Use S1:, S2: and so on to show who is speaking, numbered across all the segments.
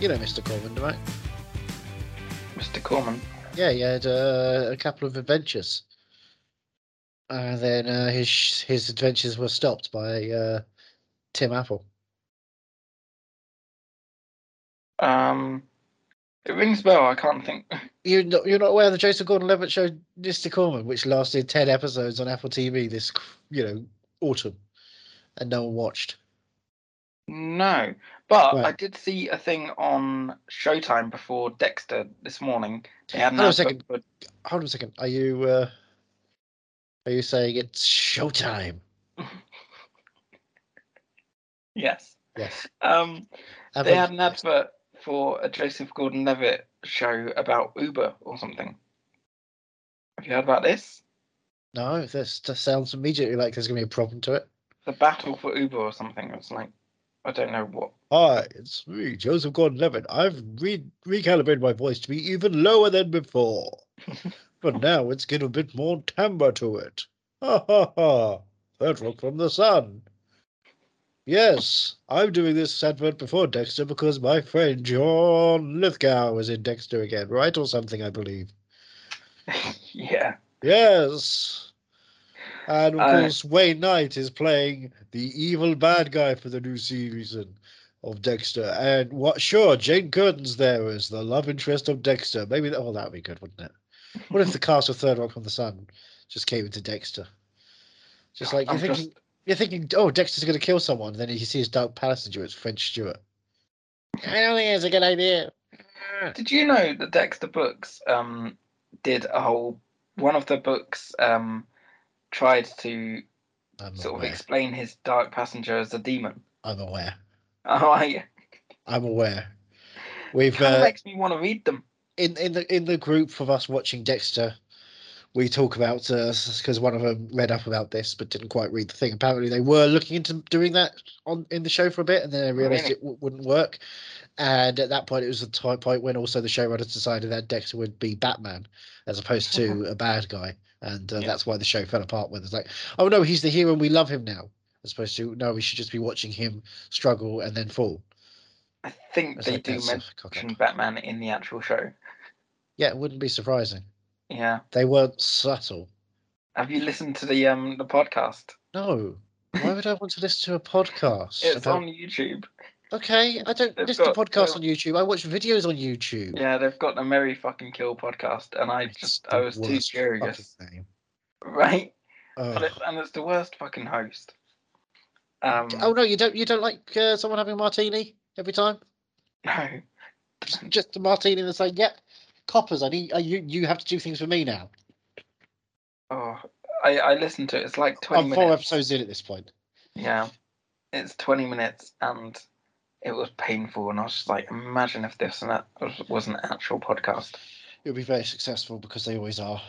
S1: You know Mr. Coleman, right?
S2: Mr. Coleman.
S1: Yeah, he had uh, a couple of adventures. And then uh, his sh- his adventures were stopped by uh, Tim Apple.
S2: Um, it rings a bell. I can't think.
S1: You're not, you're not aware of the Joseph Gordon-Levitt show Mr. Corman, which lasted 10 episodes on Apple TV this, you know, autumn. And no one watched.
S2: No, but
S1: Right.
S2: I did see a thing on Showtime before Dexter this morning. They had an
S1: Hold on a second.
S2: advert for-
S1: Hold on a second. Are you uh, are you saying it's showtime?
S2: Yes.
S1: Yes.
S2: Um,
S1: Have
S2: they
S1: I-
S2: had an advert for a Joseph Gordon-Levitt show about Uber or something. Have you heard about this?
S1: No, this that sounds immediately like there's going to be a problem to it.
S2: The battle for Uber or something. It's like I don't know what.
S1: Hi, Ah, it's me, Joseph Gordon-Levitt. I've re- recalibrated my voice to be even lower than before, but now it's got a bit more timbre to it. Ha ha ha! Third rock from the sun. Yes, I'm doing this advert before Dexter because my friend John Lithgow is in Dexter again, right, or something, I believe.
S2: yeah.
S1: Yes. And of
S2: Uh,
S1: course, Wayne Knight is playing the evil bad guy for the new season of Dexter. And what? Sure, Jane Curtin's there as the love interest of Dexter. Maybe that. Oh, that'd be good, wouldn't it? What if the cast of Third Rock from the Sun just came into Dexter? Just like you're
S2: I'm
S1: thinking,
S2: just-
S1: you're thinking, oh, Dexter's gonna kill someone. Then he sees Dark Passenger. It's French Stewart. I don't think it's a good idea.
S2: Did you know that Dexter Books um, did a whole one of the books um, tried to
S1: I'm
S2: sort of
S1: aware.
S2: explain his dark passenger as a demon?
S1: I'm aware.
S2: Oh, I,
S1: I'm aware. We've
S2: kind of
S1: uh,
S2: makes me want to read them.
S1: in in the in the group of us watching Dexter, we talk about uh, because one of them read up about this but didn't quite read the thing. Apparently, they were looking into doing that on in the show for a bit, and then they realized
S2: Really?
S1: it w- wouldn't work. And at that point, it was the time point when also the showrunners decided that Dexter would be Batman as opposed to a bad guy, and uh,
S2: Yeah.
S1: that's why the show fell apart. When it's like, oh no, he's the hero, and we love him now. As opposed to no, we should just be watching him struggle and then fall.
S2: I think
S1: It's
S2: they
S1: like,
S2: do
S1: that's a cock up.
S2: mention Batman in the actual show.
S1: Yeah, it wouldn't be surprising.
S2: Yeah.
S1: They weren't subtle.
S2: Have you listened to the um the podcast?
S1: No. Why would I want to listen to a podcast?
S2: It's
S1: about-
S2: on YouTube.
S1: Okay, I don't
S2: They've
S1: listen to
S2: got-
S1: podcasts on
S2: they've-
S1: YouTube. I watch videos on YouTube.
S2: Yeah, they've got the Merry Fucking Kill podcast, and I
S1: It's
S2: just
S1: the
S2: I was too
S1: worst
S2: curious,
S1: fucking name.
S2: right? And
S1: Ugh.
S2: it's, and it's the worst fucking host. Um,
S1: Oh no, you don't. You don't like uh, someone having a martini every time.
S2: no.
S1: Just- Just a martini and saying, "Yep, coppers. I need. I, you you have to do things for me now."
S2: Oh, I, I listened to it. It's like 20
S1: I'm
S2: minutes.
S1: Oh, four episodes in at this point.
S2: Yeah. It's 20 minutes and it was painful. And I was just like, imagine if this and that was, was an actual podcast.
S1: It'll be very successful because they always are.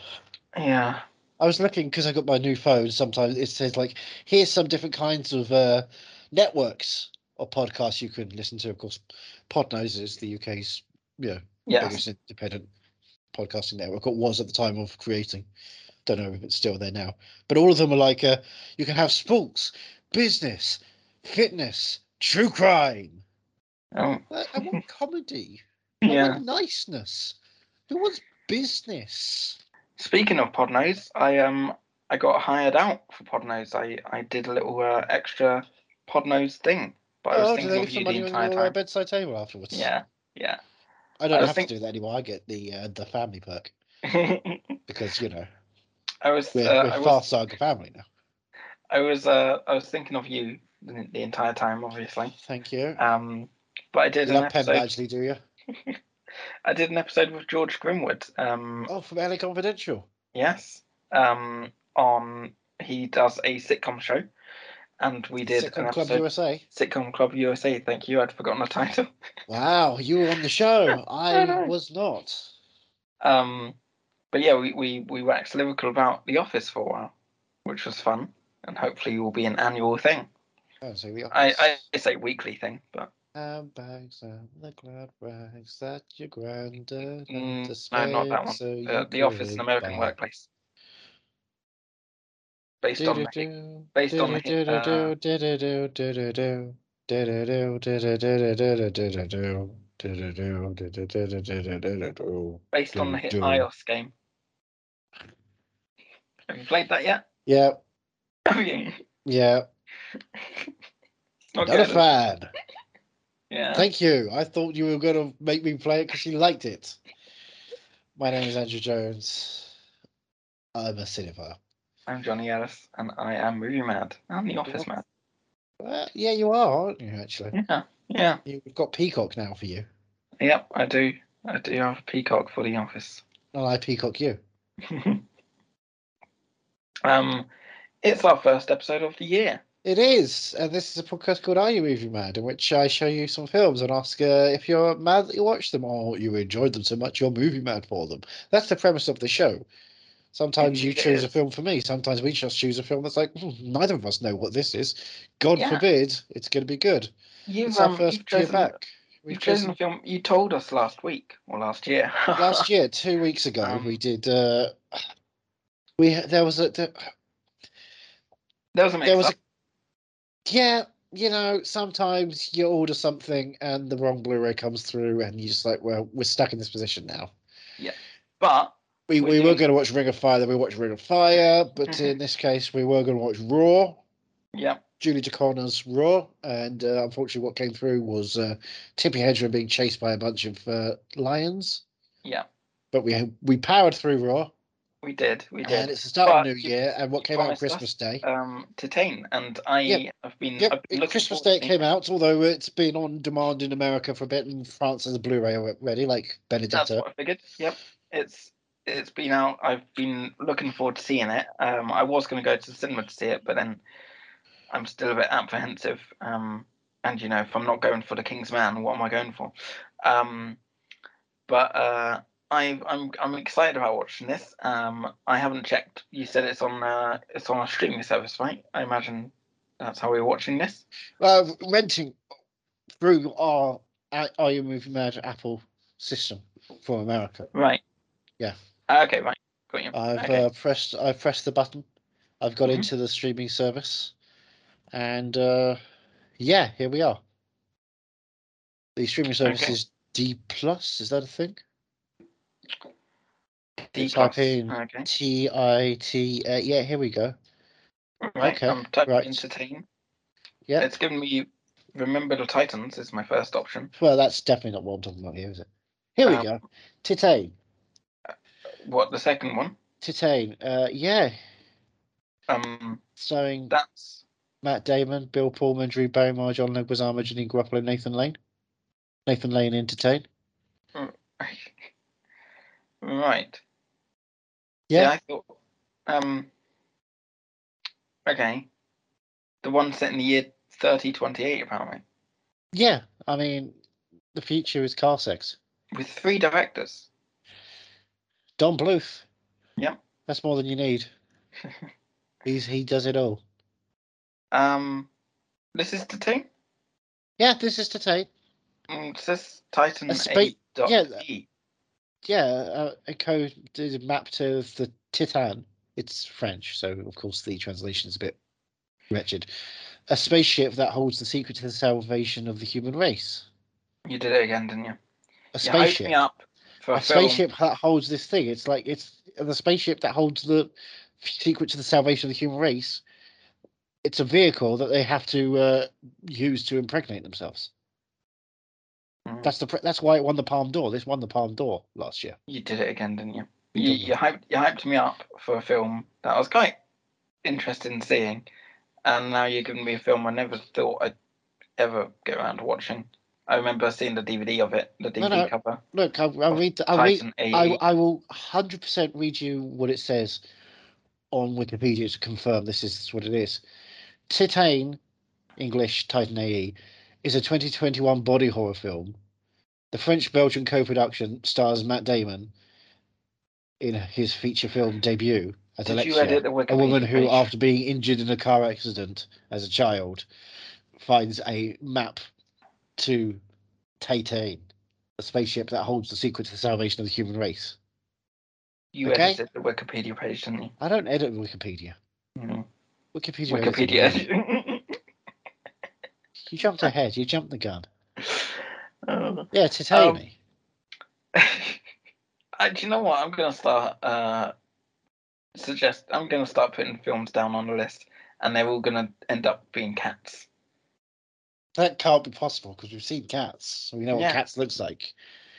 S2: Yeah.
S1: I was looking because I got my new phone. Sometimes it says like, "Here's some different kinds of uh, networks or podcasts you can listen to." Of course, Podnose is the UK's you know,
S2: Yes.
S1: biggest independent podcasting network, or was at the time of creating. Don't know if it's still there now, but all of them are like, uh, you can have sports, business, fitness, true crime.
S2: Oh,
S1: I, I want comedy. I
S2: yeah.
S1: want niceness. Who wants business?
S2: Speaking of Podnose, I um I got hired out for Podnose. I, I did a little uh, extra Podnose thing, but I was
S1: Oh, do they
S2: thinking of
S1: leave some
S2: you the
S1: money on
S2: entire
S1: your uh,
S2: time.
S1: bedside table afterwards?
S2: Yeah. Yeah.
S1: I
S2: I
S1: don't
S2: was
S1: have
S2: think-
S1: to do that anymore. I get the uh, the family perk
S2: I
S1: because you know
S2: was
S1: we're,
S2: uh, I
S1: we're
S2: was
S1: Fast Saga family now.
S2: I was uh, I was thinking of you the, the entire time, obviously.
S1: Thank you.
S2: Um, but I did
S1: you
S2: an
S1: love Penn
S2: episode.
S1: Badgley, do you?
S2: I did an episode with George Grimwood. Um,
S1: Oh, from LA Confidential.
S2: Yes. Um, on he does a sitcom show, and we did an
S1: Sitcom Club
S2: episode
S1: USA.
S2: sitcom club USA. Thank you. I'd forgotten the title.
S1: Wow, you were on the show. I
S2: I know.
S1: was not.
S2: Um, but yeah, we we we waxed lyrical about The Office for a while, which was fun, and hopefully will be an annual thing.
S1: Oh, so we
S2: I I say weekly thing, but
S1: Handbags and the glad rags that your granddad
S2: Mm,
S1: had
S2: no,
S1: to spare
S2: not that one.
S1: So you
S2: Uh, the Office,
S1: could
S2: an American
S1: buy.
S2: Workplace. Based on the
S1: Do-do-do,
S2: based on the hit,
S1: do-do-do-do-do, do-do-do, do-do-do, do-do-do, do-do-do-do-do, do-do-do, do-do-do, do-do-do, do-do-do.
S2: based on the hit
S1: Do-do.
S2: iOS game. Have you played that yet?
S1: Yep,
S2: Have you?
S1: yep.
S2: It's not
S1: Not a
S2: good.
S1: fan.
S2: Yeah.
S1: Thank you. I thought you were going to make me play it because you liked it. My name is Andrew Jones. I'm a cinephile.
S2: I'm Johnny Ellis, and I am movie mad. I'm the Office man.
S1: Well, yeah, you are, aren't you, actually?
S2: Yeah, yeah,
S1: You've got Peacock now for you.
S2: yep. I do. I do have a peacock for the Office.
S1: And I Peacock you.
S2: um, it's our first episode of the year.
S1: It is. And this is a podcast called Are You Movie Mad? in which I show you some films and ask uh, if you're mad that you watched them or you enjoyed them so much you're movie mad for them. That's the premise of the show. Sometimes you
S2: Indeed it
S1: choose a
S2: is.
S1: film for me. Sometimes we just choose a film that's like, "Hmm, neither of us know what this is. God
S2: Yeah.
S1: forbid it's going to be good.
S2: You've
S1: It's our
S2: um,
S1: first
S2: you've
S1: year
S2: chosen
S1: back. We've
S2: you've chosen
S1: chosen
S2: a film you told us last week or last year.
S1: last year, two weeks ago,
S2: Um,
S1: we did. Uh, we there was a there,
S2: there was a mix
S1: there was a,
S2: up.
S1: yeah. You know, sometimes you order something and the wrong Blu-ray comes through, and you're just like, well, we're stuck in this position now.
S2: but
S1: We,
S2: We're
S1: we were
S2: doing-
S1: going to watch Ring of Fire, then we watched Ring of Fire, but
S2: Mm-hmm.
S1: in this case, we were going to watch Raw,
S2: yeah,
S1: Julie DeConnor's Raw, and uh, unfortunately, what came through was uh, Tippy Hedren being chased by a bunch of uh, lions.
S2: Yeah.
S1: But we we powered through Raw,
S2: we did, we
S1: and
S2: did.
S1: it's the start of
S2: But
S1: New
S2: you-
S1: Year, and what
S2: you
S1: came out on
S2: promised us.
S1: Christmas Day.
S2: Um, Titane, and I
S1: Yep.
S2: have been.
S1: Yep,
S2: I've been looking
S1: Christmas
S2: forward
S1: Day it
S2: to-
S1: came out, although it's been on demand in America for a bit, and France has a Blu-ray already, like
S2: That's
S1: Benedetta.
S2: what I figured. Yep, it's it's been out. I've been looking forward to seeing it. Um, I was going to go to the cinema to see it, but then I'm still a bit apprehensive. Um, and you know, if I'm not going for the King's Man, what am I going for? Um, but uh, I, I'm I'm excited about watching this. Um, I haven't checked. You said it's on uh, it's on a streaming service, right? I imagine that's how we we're watching this.
S1: Uh, renting through our I- Are You Moving Mad Apple system for America.
S2: Right.
S1: Yeah.
S2: Okay. Right. Got you.
S1: I've
S2: okay.
S1: uh, pressed I pressed the button. I've got
S2: Mhm.
S1: into the streaming service, and uh, yeah, here we are. The streaming service
S2: Okay.
S1: is D plus. Is that a thing?
S2: D
S1: type
S2: plus.
S1: in
S2: Okay.
S1: T I T. uh, Yeah, here we go.
S2: Right.
S1: Okay,
S2: I'm typing
S1: right.
S2: in Um, Titan.
S1: Yeah.
S2: It's given me Remember the Titans is my first option.
S1: Well, that's definitely not what I'm talking about here, is it? Here we
S2: Um,
S1: go. Titane.
S2: What the second one?
S1: Titane. Uh, yeah,
S2: Um,
S1: starring
S2: that's
S1: Matt Damon, Bill Pullman, Drew Barrymore, John Leguizamo, Janine Garoppolo, Nathan Lane. Nathan Lane entertain.
S2: right.
S1: Yeah.
S2: I thought. Um. Okay. The one set in the year thirty twenty eight, apparently,
S1: Yeah, I mean, the future is car sex.
S2: with three directors.
S1: Don Bluth.
S2: Yep.
S1: That's more than you need. He's he does it all.
S2: Um, this is Titan.
S1: Yeah, this is Titane.
S2: Mm, it says Titan
S1: A
S2: A,
S1: spa-
S2: dot
S1: yeah,
S2: E.
S1: Yeah, uh, a code is mapped to the Titan. It's French, so of course the translation is a bit wretched. A spaceship that holds the secret to the salvation of the human race.
S2: You did it again, didn't you?
S1: A
S2: You hyped
S1: spaceship.
S2: me up for a,
S1: a
S2: film.
S1: spaceship that holds this thing. It's like it's the spaceship that holds the secret to the salvation of the human race. It's a vehicle that they have to uh, use to impregnate themselves.
S2: Mm,
S1: That's the pr- that's why it won the Palm d'Or. This won the Palm d'Or last year.
S2: You did it again, didn't you?
S1: You
S2: You,
S1: did
S2: you hyped you hyped me up for a film that I was quite interested in seeing, and now you're giving me a film I never thought I'd ever get around to watching. I remember seeing the DVD of it, the
S1: No,
S2: DVD
S1: no.
S2: cover. E.
S1: Look, I'll, I'll read. I'll read.
S2: Titan A.
S1: I, I will hundred percent read you what it says on Wikipedia to confirm this is what it is. Titane, English Titan AE, is a 2021 body horror film. The French-Belgian co-production stars Matt Damon in his feature film debut as
S2: Did you
S1: Alexia,
S2: edit the
S1: a woman
S2: Wikipedia
S1: who,
S2: page?
S1: after being injured in a car accident as a child, finds a map to Titan, a spaceship that holds the secret to the salvation of the human race.
S2: You
S1: Okay.
S2: edited the Wikipedia page, didn't you?
S1: I don't edit Wikipedia.
S2: Mhm.
S1: Wikipedia. edits it.
S2: Wikipedia.
S1: You jumped ahead. You jumped the gun.
S2: Oh.
S1: Yeah, Titani.
S2: Uh, Do you know what? I'm gonna start uh, suggest. I'm gonna start putting films down on a list, and they're all gonna end up being cats.
S1: That can't be possible because we've seen cats, so we know
S2: Yeah.
S1: what cats looks like.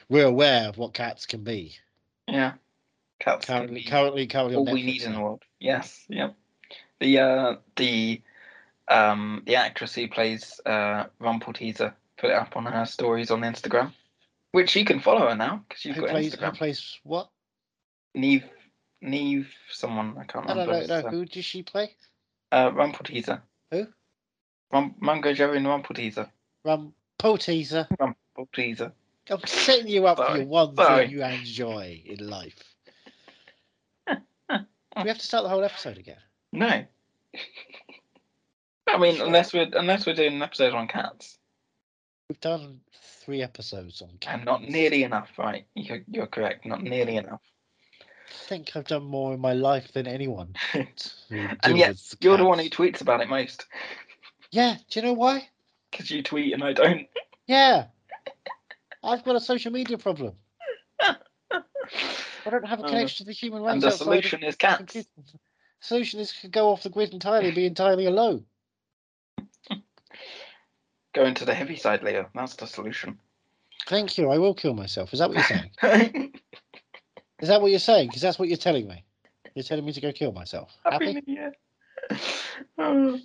S1: We're aware of what cats can be.
S2: Yeah, cats. can
S1: Currently,
S2: be
S1: currently, currently on
S2: all we
S1: Netflix
S2: need in the
S1: now.
S2: world. Yes. Yep. The uh, the um, the actress who plays uh, Rumpelteazer put it up on her stories on Instagram, which you can follow her now because you've
S1: Who
S2: got
S1: plays? Who
S2: Instagram.
S1: plays what?
S2: Neve, Neve, someone I can't
S1: I don't
S2: remember.
S1: know.
S2: his,
S1: No,
S2: uh,
S1: who does she play?
S2: Uh, Rumpelteazer.
S1: Who?
S2: Rum- Mungo Joe and Rumpelteazer.
S1: Rumpo teaser.
S2: Rumpelteazer.
S1: I'm setting you up for
S2: Sorry.
S1: your one
S2: Sorry.
S1: thing you enjoy in life. Do we have to start the whole episode again?
S2: No. I mean,
S1: Sure.
S2: unless we're unless we're doing an episode on cats,
S1: We've done three episodes on cats.
S2: and not nearly enough, right? You're, you're correct. Not nearly enough.
S1: I think I've done more in my life than anyone.
S2: And
S1: and
S2: yet, you're the one who tweets about it most
S1: Yeah. Do you know why?
S2: because you tweet and I don't.
S1: Yeah. I've got a social media problem. I don't have a
S2: Uh,
S1: connection to the human race.
S2: And the
S1: outside of
S2: solution is
S1: the
S2: cats.
S1: computer. solution is to go off the grid entirely, be entirely alone.
S2: Go into the heavy side, Leo. That's the solution.
S1: Thank you. I will kill myself. Is that what you're saying? Is that what you're saying? Because that's what you're telling me. You're telling me to go kill myself. Happy?
S2: Happy New Year. Oh.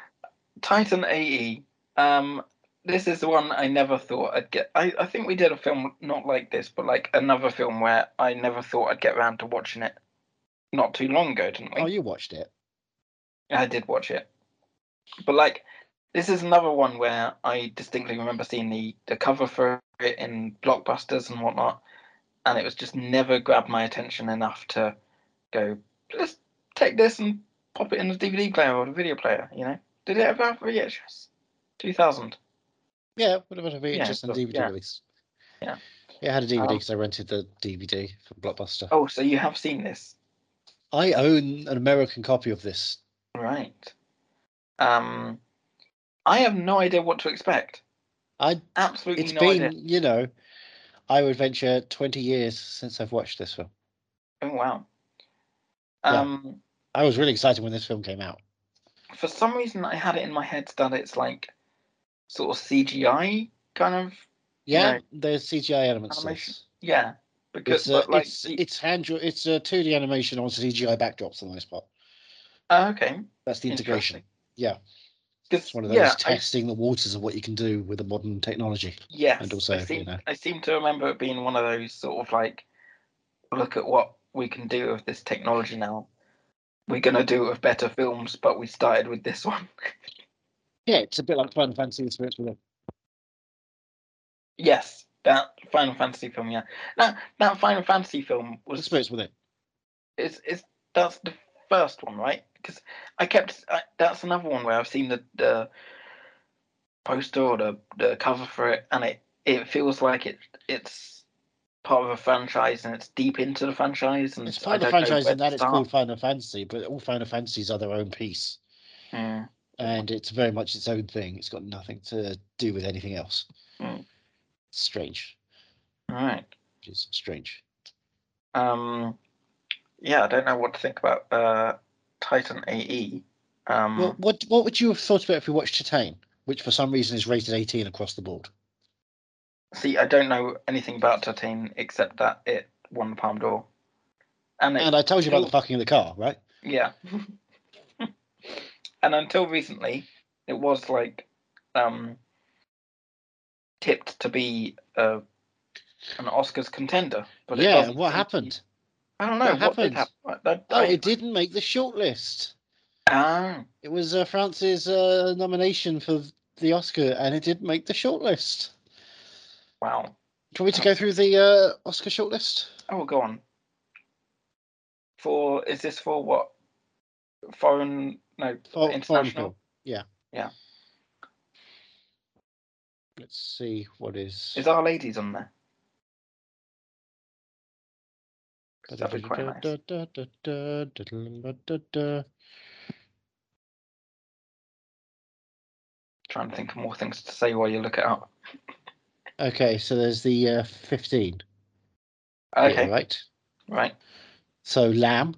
S2: Titan AE. Um, this is the one I never thought I'd get. I, I think we did a film not like this, but like another film where I never thought I'd get round to watching it. Not too long ago, didn't we?
S1: Oh, you watched it.
S2: I did watch it. But like this is another one where I distinctly remember seeing the, the cover for it in blockbusters and whatnot, and it was just never grabbed my attention enough to go, let's take this and pop it in the DVD player or the video player, you know? Did it ever have VHS? 2000.
S1: Yeah, would have had a VHS and
S2: so-
S1: DVD
S2: yeah.
S1: release.
S2: Yeah.
S1: It had a DVD
S2: Um,
S1: because I rented the DVD from Blockbuster.
S2: Oh, so you have seen this.
S1: I own an American copy of this.
S2: Right. Um, I have no idea what to expect.
S1: I
S2: Absolutely
S1: it's
S2: no
S1: been,
S2: idea.
S1: you know, I would venture 20 years since I've watched this film.
S2: Oh, wow.
S1: Yeah.
S2: Um,
S1: I was really excited when this film came out.
S2: for some reason I had it in my head that it's like sort of CGI kind of
S1: Yeah,
S2: No.
S1: there's CGI elements. to
S2: Animation.
S1: this.
S2: yeah because
S1: It's a,
S2: but like
S1: it's,
S2: the-
S1: it's hand draw- it's a 2D animation on CGI backdrops for the most part.
S2: oh, okay
S1: That's the integration. Yeah.
S2: because
S1: It's one of those
S2: yeah I,
S1: testing the waters of what you can do with the modern technology.
S2: yes
S1: and also,
S2: I seem,
S1: you know.
S2: I seem to remember it being one of those sort of like look at what we can do with this technology now we're gonna do it with better films but we started with this one
S1: Yeah, it's a bit like Final Fantasy the Spirits Within.
S2: yes that Final Fantasy film yeah that that Final Fantasy film
S1: The
S2: was
S1: Spirits Within.
S2: It's it's that's the first one, right? Because I kept I, that's another one where I've seen the the poster or the, the cover for it, and it it feels like it it's part of a franchise and it's deep into the franchise and
S1: It's part
S2: I
S1: of the
S2: don't know
S1: franchise
S2: where
S1: in that
S2: to
S1: it's
S2: start.
S1: called Final Fantasy, but all Final Fantasies are their own piece.
S2: Hmm.
S1: And it's very much its own thing. It's got nothing to do with anything else.
S2: Mm.
S1: Strange.
S2: All right.
S1: It is strange.
S2: Um. Yeah, I don't know what to think about uh Titan AE. Um.
S1: Well, what what would you have thought about if we watched Titan, which for some reason is rated 18 across the board?
S2: see, I don't know anything about Titan except that it won the Palme d'Or, and it
S1: And I told you about the
S2: Cool.
S1: fucking of the car, right?
S2: Yeah. and until recently, it was like um tipped to be uh, an Oscars contender. But it
S1: yeah,
S2: doesn't
S1: what
S2: seem to
S1: happened?
S2: be- I don't know
S1: What
S2: what, did
S1: happened?
S2: happen. I- I-
S1: Oh,
S2: I-
S1: it didn't make the shortlist.
S2: Ah,
S1: It was uh, France's uh, nomination for the Oscar, and it didn't make the shortlist.
S2: wow.
S1: Do you want me to go through the uh, Oscar shortlist?
S2: Oh, go on. For is this for what? Foreign? No,
S1: For, foreign
S2: international.
S1: film. Yeah.
S2: Yeah.
S1: Let's see what is.
S2: Is Our Lady's on there? 'Cause That'd be quite nice. Trying to think of more things to say while you look it up.
S1: Okay, so there's the uh, 15. Yeah,
S2: Okay,
S1: right.
S2: right.
S1: So Lamb,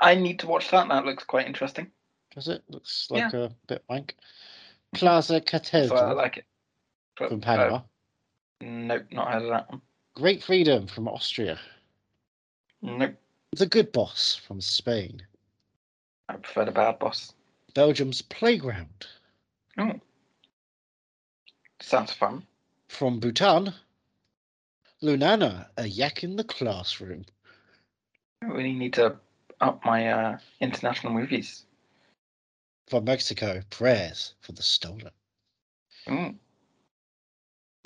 S2: I need to watch that. That looks quite interesting.
S1: does it? Looks like a bit wank. Plaza Catedral
S2: So I like it. But,
S1: from Panama.
S2: uh, nope, not heard of that one.
S1: Great Freedom from Austria.
S2: Nope,
S1: The Good Boss from Spain.
S2: I prefer the Bad Boss.
S1: Belgium's Playground
S2: Sounds fun.
S1: from Bhutan. Lunana, a yak in the classroom.
S2: I really need to up my uh, international movies.
S1: From Mexico, prayers for the stolen.
S2: Mm.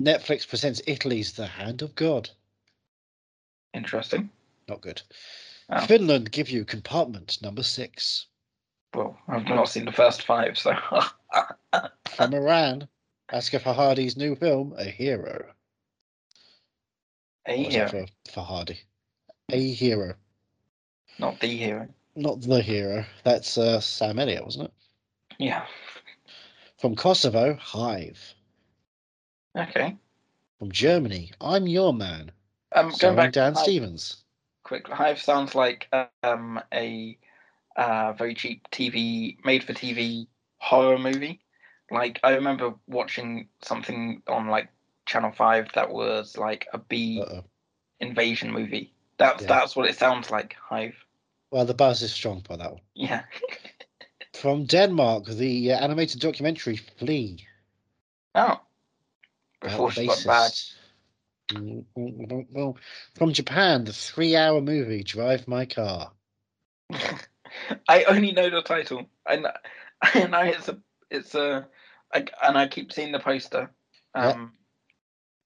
S1: Netflix presents Italy's The Hand of God.
S2: Interesting.
S1: Not good.
S2: Oh.
S1: Finland give you compartment number six.
S2: Well, I've not seen the first five, so
S1: From Iran, Asghar Farhadi's new film, A Hero.
S2: a uh,
S1: What was that
S2: hero,
S1: For Farhadi. A Hero.
S2: not the hero.
S1: Not The Hero. That's uh, Sam Elliott, wasn't it?
S2: Yeah.
S1: From Kosovo, Hive.
S2: Okay.
S1: From Germany, I'm Your Man.
S2: Um, going
S1: Starring
S2: back
S1: Dan
S2: to Hive
S1: Stevens.
S2: quick, Hive sounds like um, a uh, very cheap TV, made for TV horror movie. Like I remember watching something on like Channel Five that was like a bee
S1: Uh-oh.
S2: invasion movie. That's
S1: Yeah.
S2: that's what it sounds like. Hive.
S1: Well, the buzz is strong by that one.
S2: Yeah.
S1: From Denmark, the uh, animated documentary Flea.
S2: Oh.
S1: about
S2: Before
S1: the
S2: she got back.
S1: bassist. Mm, mm, mm, mm. From Japan, the three-hour movie Drive My Car.
S2: I only know the title. I know, I know it's a it's a I, and I keep seeing the poster.
S1: Yeah.
S2: Um.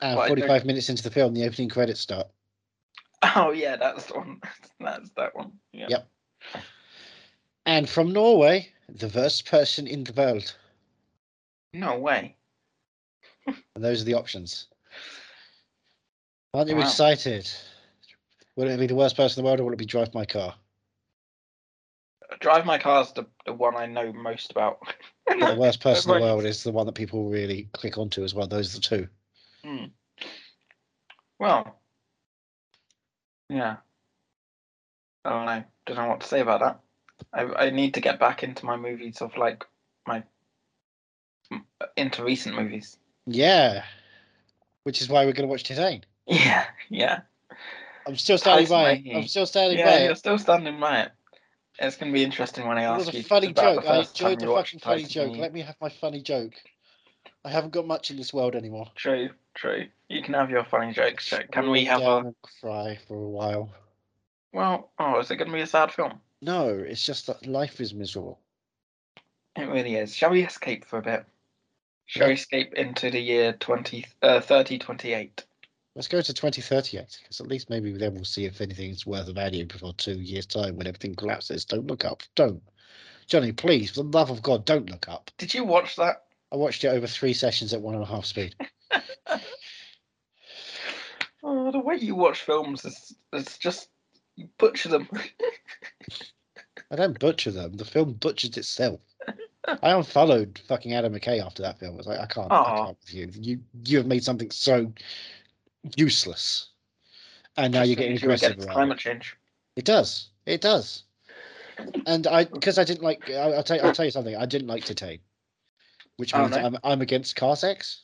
S1: And
S2: Well, I don't-
S1: 45 minutes into the film, the opening credits start.
S2: Oh yeah, that's the one. That's that one. Yeah.
S1: Yep. And from Norway, the worst person in the world.
S2: No way.
S1: And those are the options. Aren't you
S2: Wow.
S1: excited? Will it be the worst person in the world, or will it be Drive My Car?
S2: Drive My Car's the, the one I know most about.
S1: But the worst person in the
S2: Right.
S1: world is the one that people really click onto as well. Those are the two.
S2: well, yeah. I don't know. Don't know what to say about that. I I need to get back into my movies of like my into recent movies.
S1: Yeah. Which is why we're going to watch Titane.
S2: Yeah, yeah,
S1: I'm still standing
S2: Tyson
S1: by it.
S2: Leahy.
S1: I'm still standing by
S2: yeah.
S1: it.
S2: You're still standing by it. It's gonna be interesting when I
S1: It
S2: ask
S1: was a
S2: you
S1: funny
S2: about
S1: joke.
S2: The
S1: I
S2: first time
S1: enjoyed the
S2: you watched
S1: fucking funny
S2: Titan
S1: joke.
S2: Lee.
S1: Let me have my funny joke. I haven't got much in this world anymore.
S2: True, true. You can have your funny jokes. Jack. Can we
S1: Scroll
S2: have
S1: down
S2: a
S1: and cry for a while?
S2: well? Oh, is it gonna be a sad film?
S1: No, it's just that life is miserable.
S2: It really is. Shall we escape for a bit? Shall we
S1: Yeah.
S2: escape into the year 20, uh, 3028?
S1: Let's go to 2038 because at least maybe then we'll see if anything's worth of value before two years' time when everything collapses. Don't look up. Don't, Johnny. Please, for the love of God, don't look up.
S2: Did you watch that?
S1: I watched it over three sessions at one and a half speed.
S2: Oh, the way you watch films is it's just you butcher them.
S1: I don't butcher them. The film butchered itself. I unfollowed fucking Adam McKay after that film. I was like, I can't, I
S2: Aw.
S1: can't with you. You you have made something so useless, and now you're
S2: Just
S1: getting
S2: because you were
S1: aggressive
S2: against
S1: around it.
S2: climate change.
S1: It does. It does. And I, because I didn't like, I, I'll tell you, I'll tell you something. I didn't like Titane, which
S2: Oh,
S1: means
S2: no.
S1: I'm I'm against car sex.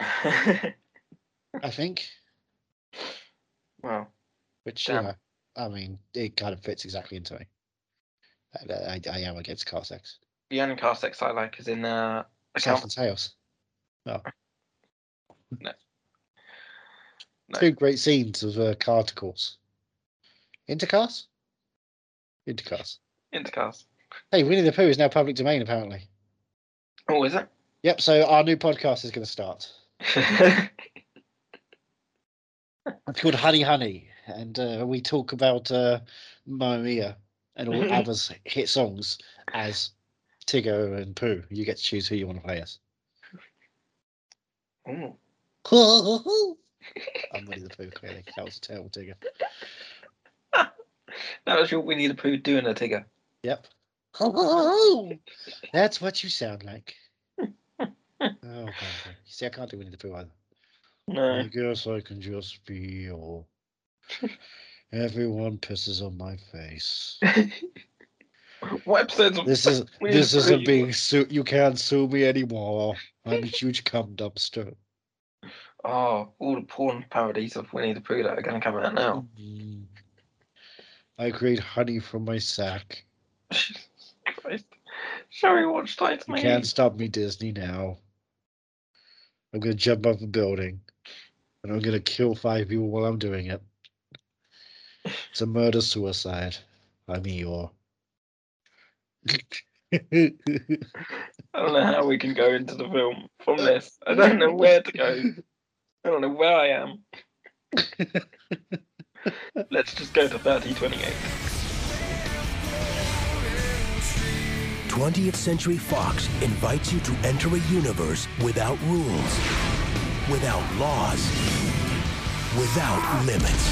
S1: I think,
S2: well,
S1: which
S2: Damn.
S1: you know, I mean, it kind of fits exactly into me. I, I, I am against car sex.
S2: the only car sex I like is in uh,
S1: South
S2: account.
S1: and Tails. No.
S2: No. No.
S1: Two great scenes of uh, car to course. Intercars? Intercars.
S2: Into cars.
S1: Hey, Winnie the Pooh is now public domain, apparently.
S2: Oh, is it?
S1: Yep, so our new podcast is going to start. It's called Honey Honey, and uh, we talk about uh, Mamma Mia and all others hit songs as Tigger and Pooh. You get to choose who you want to play as.
S2: Ooh.
S1: I'm Winnie the Pooh clearly. That was a terrible digger.
S2: That was your Winnie the Pooh doing a Tigger.
S1: Yep. That's what you sound like. oh, God. You see, I can't do Winnie the Pooh either. I
S2: No.
S1: guess I can just be evil. Everyone pisses on my face.
S2: What episodes of
S1: Mm. This is
S2: Winnie
S1: this
S2: the Pooh
S1: isn't
S2: you
S1: being su- you can't sue me anymore. I'm a huge cum dumpster.
S2: Oh, all the porn parodies of Winnie the Pooh that are going to come out now.
S1: Mm. I create honey from my sack.
S2: Jesus Christ. Shall we watch Titan
S1: You can't stop me, Disney, now. I'm gonna jump off a building. And I'm gonna kill five people while I'm doing it. It's a murder suicide. I'm Eeyore.
S2: I don't know how we can go into the film from this. I don't know where to go. I don't know where I am. Let's just go to 3028.
S3: 20th Century Fox invites you to enter a universe without rules, without laws, without limits.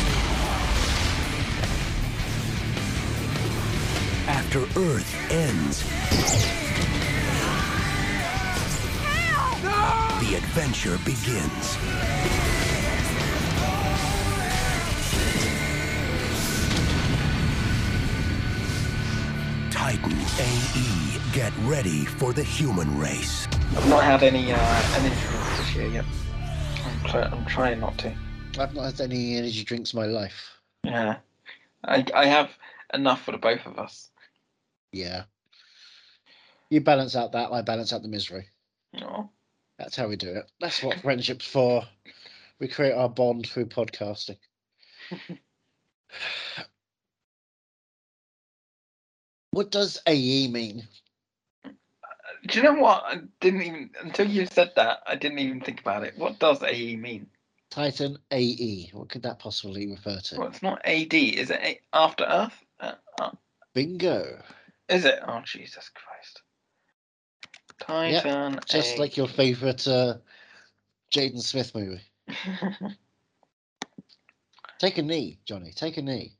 S3: After Earth ends, the adventure begins. Titan AE, get ready for the human race.
S2: I've not had any uh, energy drinks this year yet. I'm, try- I'm trying not to.
S1: I've not had any energy drinks in my life.
S2: Yeah. I, I have enough for the both of us.
S1: Yeah. You balance out that, I balance out the misery.
S2: No.
S1: That's how we do it. That's what friendship's for. We create our bond through podcasting. what does AE mean?
S2: Do you know what? I didn't even, until you said that, I didn't even think about it. What does AE mean?
S1: Titan AE. What could that possibly refer
S2: Well,
S1: to?
S2: it's not AD. Is it A- after Earth? Uh, uh,
S1: Bingo.
S2: is it? Oh, Jesus Christ. Titan.
S1: Just
S2: A-
S1: like your favorite uh, Jaden Smith movie. Take a knee, Johnny. Take a knee.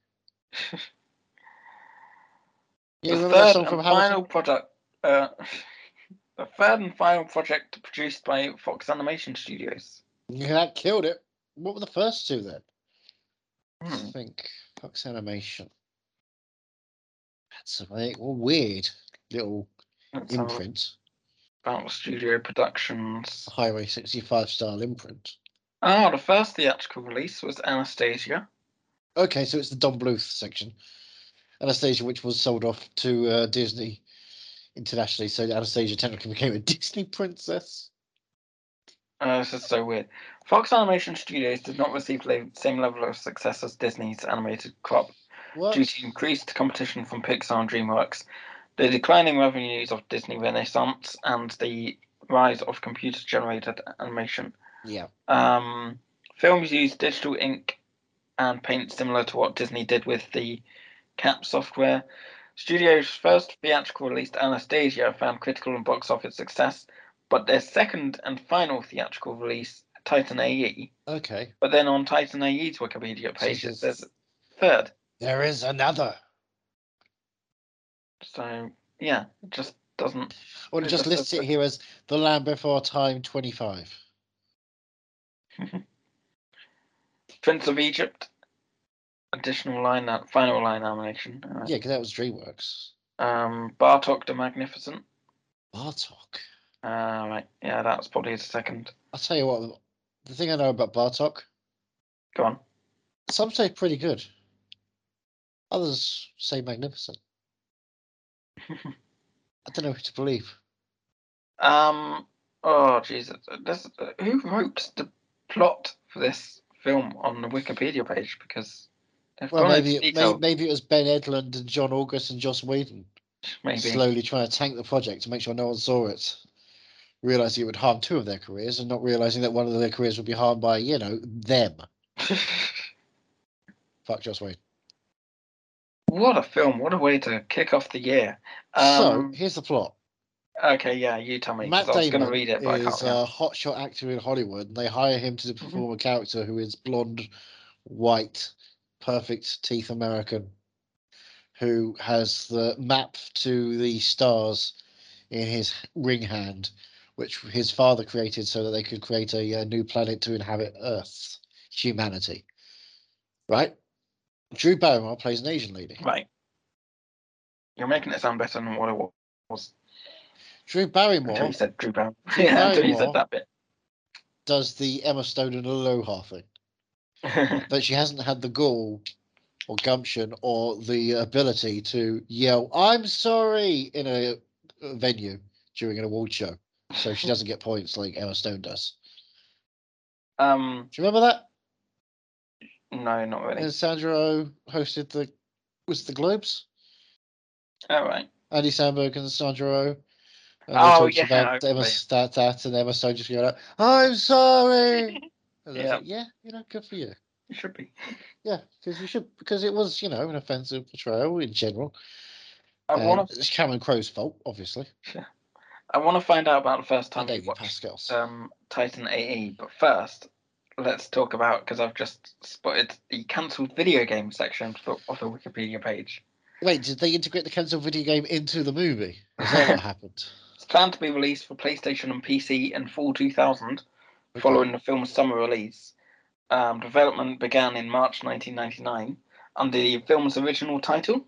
S1: You
S2: the
S1: remember that
S2: third
S1: song
S2: and
S1: from
S2: final
S1: Hamilton?
S2: product. Uh, the third and final project produced by Fox Animation Studios.
S1: Yeah, that killed it. What were the first two then? I
S2: Hmm.
S1: think Fox Animation. That's a very well, weird little
S2: That's all
S1: imprint,
S2: about studio productions.
S1: Highway 65 style imprint.
S2: Oh, the first theatrical release was Anastasia.
S1: Okay, so it's the Don Bluth section. Anastasia, which was sold off to uh, Disney internationally, so Anastasia technically became a Disney princess.
S2: Oh, this is so weird. Fox Animation Studios did not receive the same level of success as Disney's animated crop
S1: What?
S2: due to increased competition from Pixar and DreamWorks, the declining revenues of Disney Renaissance, and the rise of computer generated animation.
S1: Yeah.
S2: Um, films use digital ink and paint similar to what Disney did with the CAP software. Studio's first theatrical release, Anastasia, found critical and box office success, but their second and final theatrical release, Titan AE,
S1: Okay.
S2: but then on Titan AE's Wikipedia page it
S1: Jesus.
S2: says third.
S1: There is another.
S2: So yeah, it just doesn't.
S1: Well, it
S2: It
S1: just
S2: just
S1: lists
S2: says
S1: it here as The Land Before Time 25.
S2: Prince of Egypt. Additional line, that final line nomination. uh,
S1: Yeah, because that was DreamWorks.
S2: Um, Bartok the Magnificent.
S1: Bartok.
S2: Uh, right, yeah, that's probably his second.
S1: I'll tell you what, the thing I know about Bartok,
S2: Go on.
S1: some say pretty good, others say magnificent. I don't know who to believe.
S2: Um, oh Jesus, this, uh, who wrote the plot for this film on the Wikipedia page? Because they've
S1: Well,
S2: gone into
S1: maybe it, may,
S2: detail,
S1: maybe it was Ben Edlund and John August and Joss Whedon
S2: maybe.
S1: slowly trying to tank the project to make sure no one saw it, realizing it would harm two of their careers and not realizing that one of their careers would be harmed by, you know, them. Fuck Joss Whedon.
S2: what a film! What a way to kick off the year.
S1: so
S2: Um,
S1: here's the plot.
S2: Okay, yeah, you tell me. 'cause
S1: Matt
S2: I was going to
S1: Damon
S2: read it, but I
S1: is
S2: can't. Mm-hmm.
S1: a hotshot actor in Hollywood. and They hire him to perform a character who is blonde, white, perfect teeth American, who has the map to the stars in his ring hand, which his father created so that they could create a, uh new planet to inhabit Earth, humanity. Right? Drew Barrymore plays an Asian lady.
S2: Right. You're making it sound better than what it wa- was.
S1: Drew
S2: Until
S1: Barrymore
S2: you said Drew Barrymore. yeah, until you
S1: Barrymore.
S2: said that bit.
S1: does the Emma Stone and Aloha thing. but she hasn't had the gall or gumption or the ability to yell "I'm sorry" in a a venue during an award show, so she doesn't get points like Emma Stone does.
S2: um,
S1: Do you remember that?
S2: no, not really.
S1: And Sandra Oh hosted the was it the Globes.
S2: All right.
S1: Andy Samberg and Sandra Oh. And they
S2: Oh,
S1: talked
S2: yeah,
S1: about
S2: I
S1: Emma
S2: remember,
S1: that, that and Emma Stone just going like, "I'm sorry." And yeah.
S2: Yeah.
S1: Like, yeah, you know, good for you.
S2: You should be.
S1: Yeah, because you should because it was you know an offensive portrayal in general.
S2: I
S1: Um,
S2: want to.
S1: it's Cameron Crowe's fault, obviously.
S2: I want to find out about the first
S1: And
S2: time you
S1: David
S2: watched
S1: Pascal's.
S2: um, Titan AE. But first, let's talk about because I've just spotted the cancelled video game section of the, of the Wikipedia page.
S1: Wait, did they integrate the cancelled video game into the movie? Is that what happened?
S2: It's planned to be released for PlayStation and PC in fall 2000, following the film's summer release. Um, development began in March 1999 under the film's original title.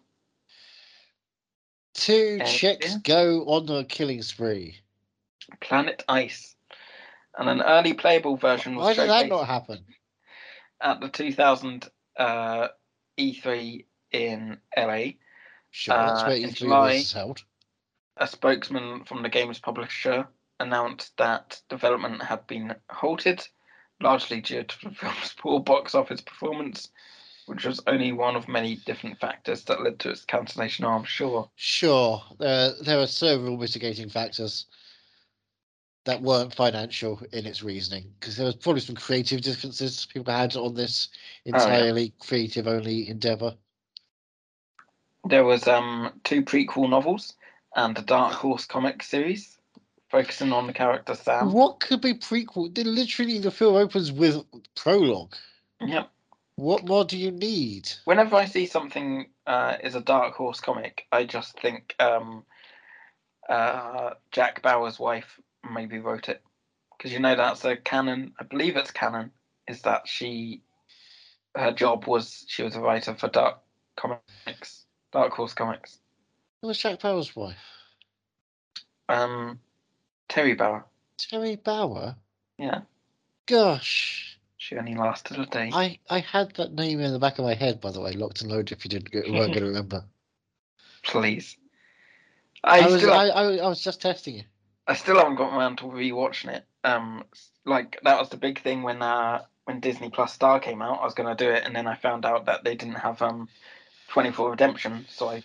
S1: Two
S2: Uh,
S1: chicks
S2: yeah.
S1: go on a killing spree.
S2: Planet Ice. And an early playable version
S1: Why
S2: was
S1: did that
S2: showcased
S1: not happen?
S2: at the 2000 uh, E3 in LA.
S1: Sure, that's
S2: Uh,
S1: where
S2: in
S1: E3
S2: July-
S1: was held.
S2: A spokesman from the game's publisher announced that development had been halted, largely due to the film's poor box office performance, which was only one of many different factors that led to its cancellation, I'm sure.
S1: Sure, there there are several mitigating factors that weren't financial in its reasoning because there was probably some creative differences people had on this
S2: Oh, yeah.
S1: entirely creative only endeavor.
S2: There was um, two prequel novels and a Dark Horse comic series focusing on the character Sam.
S1: what could be prequel? They- Literally, the film opens with prologue.
S2: Yep.
S1: What more do you need?
S2: Whenever I see something uh, is a Dark Horse comic, I just think um, uh, Jack Bauer's wife maybe wrote it. Because you know that's a canon, I believe it's canon, is that she, her job was she was a writer for Dark Comics, Dark Horse Comics.
S1: It was Jack Bauer's wife,
S2: Um, Terry Bauer,
S1: Terry Bauer.
S2: Yeah.
S1: Gosh,
S2: she only lasted a day.
S1: I I had that name in the back of my head, by the way, locked and loaded. If you didn't, get, weren't going to remember.
S2: Please.
S1: I,
S2: I,
S1: was
S2: still,
S1: I, I I was just testing you.
S2: I still haven't gotten around to rewatching it. Um, s- like that was the big thing when uh when Disney Plus Star came out. I was gonna do it, and then I found out that they didn't have um, Twenty Four Redemption, so I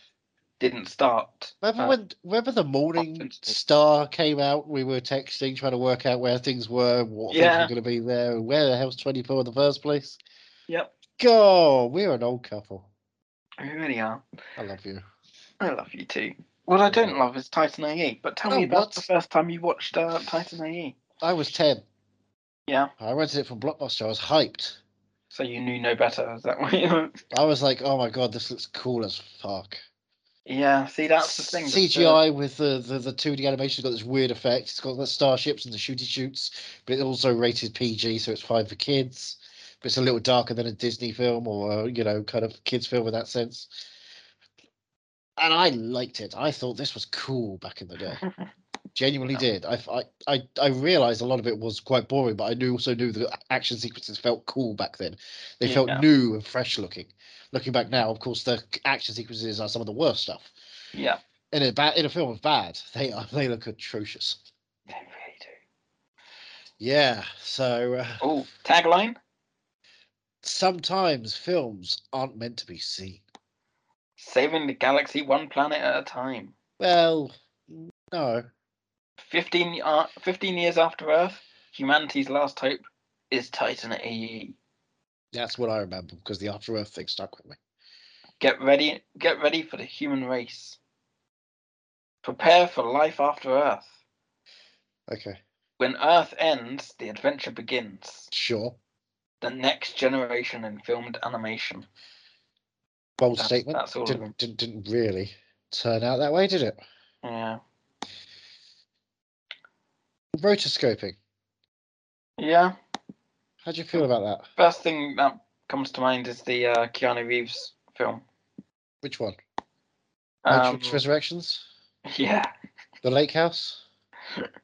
S2: didn't start.
S1: Remember
S2: uh,
S1: when? Remember the morning
S2: Austin's-
S1: star came out? We were texting, trying to work out where things were, what
S2: Yeah.
S1: things were going to be there, and where the hell's twenty four in the first place.
S2: Yep,
S1: God, we're an old couple.
S2: we really are.
S1: I love you.
S2: I love you too. What I don't love is Titan AE. But tell
S1: Oh,
S2: me about
S1: what?
S2: the first time you watched uh, Titan AE.
S1: I was ten.
S2: Yeah,
S1: I rented it from Blockbuster. I was hyped.
S2: so you knew no better. Is that what you?
S1: I was like, "Oh my god, this looks cool as fuck."
S2: Yeah. See, that's the thing. that, uh,
S1: CGI with the the the two D animation's got this weird effect. It's got the starships and the shooty shoots, but it's also rated PG, so it's fine for kids. But it's a little darker than a Disney film or a, you know kind of kids film in that sense. And I liked it. I thought this was cool back in the day. Genuinely did. I, I I I realized a lot of it was quite boring, but I knew also knew the action sequences felt cool back then. They felt
S2: Yeah.
S1: new and fresh looking. Looking back now, of course, the action sequences are some of the worst stuff
S2: Yeah,
S1: in a bad in a film of bad, they are they look atrocious.
S2: they really do.
S1: Yeah. So uh,
S2: Oh, tagline.
S1: sometimes films aren't meant to be seen.
S2: Saving the galaxy one planet at a time.
S1: Well, no.
S2: 15, uh, 15 years after Earth, humanity's last hope is Titan E. AE.
S1: That's what I remember because the After Earth thing stuck with me.
S2: Get ready, get ready for the human race. Prepare for life after Earth.
S1: Okay,
S2: When Earth ends, the adventure begins.
S1: sure.
S2: The next generation in filmed animation.
S1: Bold
S2: That's-
S1: statement.
S2: that's all of them.
S1: Didn't, didn't didn't really turn out that way, did it?
S2: Yeah.
S1: Rotoscoping.
S2: Yeah.
S1: How do you feel about that?
S2: First thing that comes to mind is the uh, Keanu Reeves film.
S1: Which one?
S2: Um,
S1: Matrix Resurrections.
S2: yeah.
S1: The Lake House.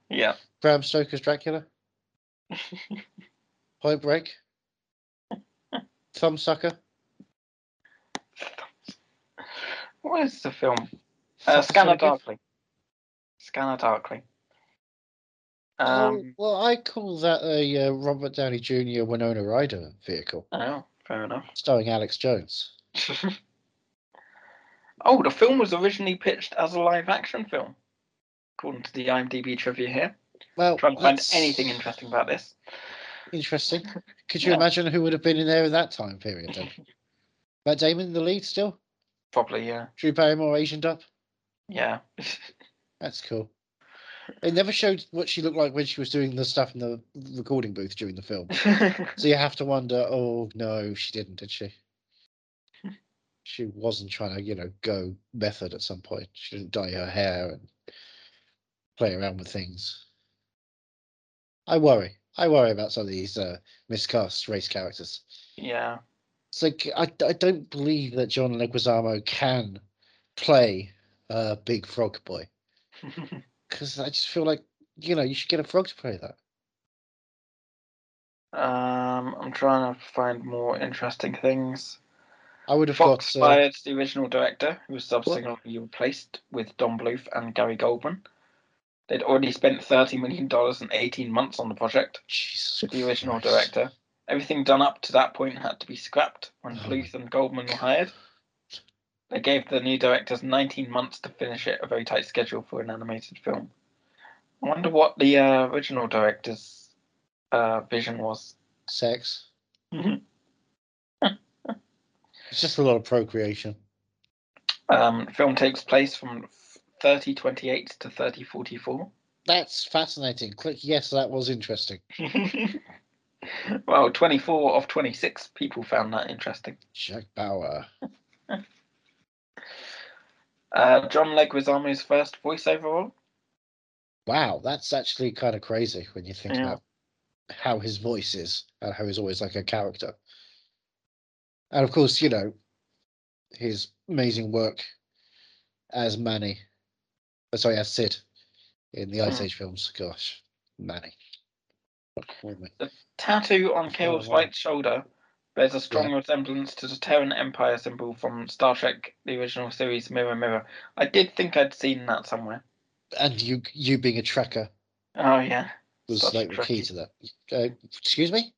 S2: Yeah.
S1: Bram Stoker's Dracula. Point Break. Thumbsucker.
S2: What is the film? Uh,
S1: Fuck,
S2: Scanner
S1: is that a good-
S2: Darkly. Scanner Darkly.
S1: Oh,
S2: Um,
S1: well, I call that a uh, Robert Downey Jr. Winona Ryder vehicle,
S2: oh, fair enough.
S1: starring Alex Jones.
S2: oh, the film was originally pitched as a live action film, according to the IMDb trivia here.
S1: Well,
S2: Trying to find
S1: that's
S2: anything interesting about this.
S1: interesting. Could you
S2: Yeah.
S1: imagine who would have been in there in that time period? Then? Matt Damon in the lead still.
S2: Probably, yeah.
S1: Drew Barrymore Asianed up.
S2: Yeah.
S1: That's cool. It never showed what she looked like when she was doing the stuff in the recording booth during the film. So you have to wonder, oh no, she didn't, did she? She wasn't trying to, you know, go method at some point. She didn't dye her hair and play around with things. I worry. I worry about some of these uh, miscast race characters.
S2: yeah.
S1: It's like I, I don't believe that John Leguizamo can play uh, Big Frog Boy because I just feel like you know you should get a frog to play that.
S2: um, I'm trying to find more interesting things.
S1: I would have
S2: Fox
S1: got. Uh,
S2: fired the original director, who was subsequently replaced with Don Bluth and Gary Goldman. They'd already spent $30 million and 18 months on the project.
S1: Jesus
S2: The original
S1: Christ.
S2: director. Everything done up to that point had to be scrapped when
S1: Oh
S2: Bluth and Goldman were hired. They gave the new directors 19 months to finish it, a very tight schedule for an animated film. I wonder what the uh, original director's uh, vision was.
S1: Sex.
S2: Mhm. Mm-hmm.
S1: It's just a lot of procreation.
S2: Um, the film takes place from 3028 to 3044.
S1: That's fascinating. Click yes, that was interesting.
S2: well, 24 of 26 people found that interesting.
S1: Jack Bauer.
S2: Uh, John Leguizamo's first voiceover role.
S1: Wow, that's actually kind of crazy when you think
S2: Yeah.
S1: about how his voice is and how he's always like a character. And of course, you know, his amazing work as Manny. oh, Sorry, as Sid in the Ice
S2: Mm.
S1: Age films. Gosh, Manny. What am I-
S2: tattoo on Kale's
S1: wow.
S2: right shoulder bears a strong resemblance to the Terran Empire symbol from Star Trek, the original series Mirror Mirror. I did think I'd seen that somewhere.
S1: And you you being a tracker
S2: Oh, yeah.
S1: was
S2: Such a
S1: like the key
S2: trekkie.
S1: to that. Uh, excuse me?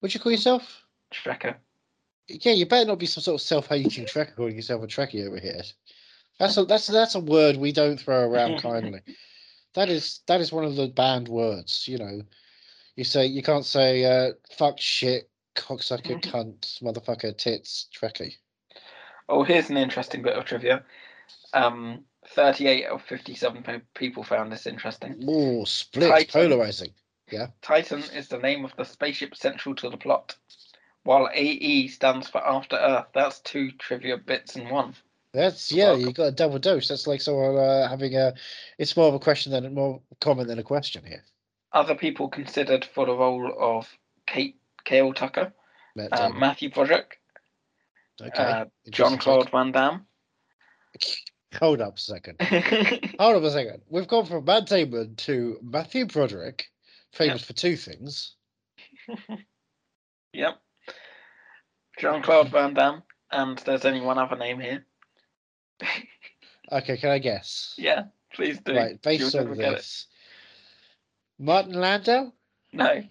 S1: What'd you call yourself?
S2: Tracker.
S1: Yeah, you better not be some sort of self-hating trekker calling yourself a trekkie over here. That's a that's that's a word we don't throw around kindly. That is that is one of the banned words. You know, you say you can't say uh, fuck, shit, cocksucker,
S2: Mhm.
S1: cunt, motherfucker, tits, trekkie.
S2: Oh, here's an interesting bit of trivia. Um, 38 of 57 pe- people found this interesting.
S1: More split,
S2: Titan.
S1: polarizing.
S2: Titan is the name of the spaceship central to the plot, while AE stands for After Earth. That's two trivia bits in one.
S1: That's yeah, you
S2: Welcome.
S1: got a double dose. That's like someone uh, having a. It's more of a question than more comment than a question here.
S2: Other people considered for the role of Kate Kale Tucker,
S1: Matt
S2: uh,
S1: Damon.
S2: Matthew Broderick,
S1: okay,
S2: uh, John
S1: interesting
S2: Claude Van Damme.
S1: take. Hold up a second. Hold on a second. We've gone from Matt Damon to Matthew Broderick, famous for two things.
S2: yep. John Claude Van Damme. And there's only one other name here.
S1: Okay, can I guess?
S2: Yeah, please do.
S1: right, based
S2: You'll
S1: on
S2: never get it.
S1: this, Martin Landau.
S2: No.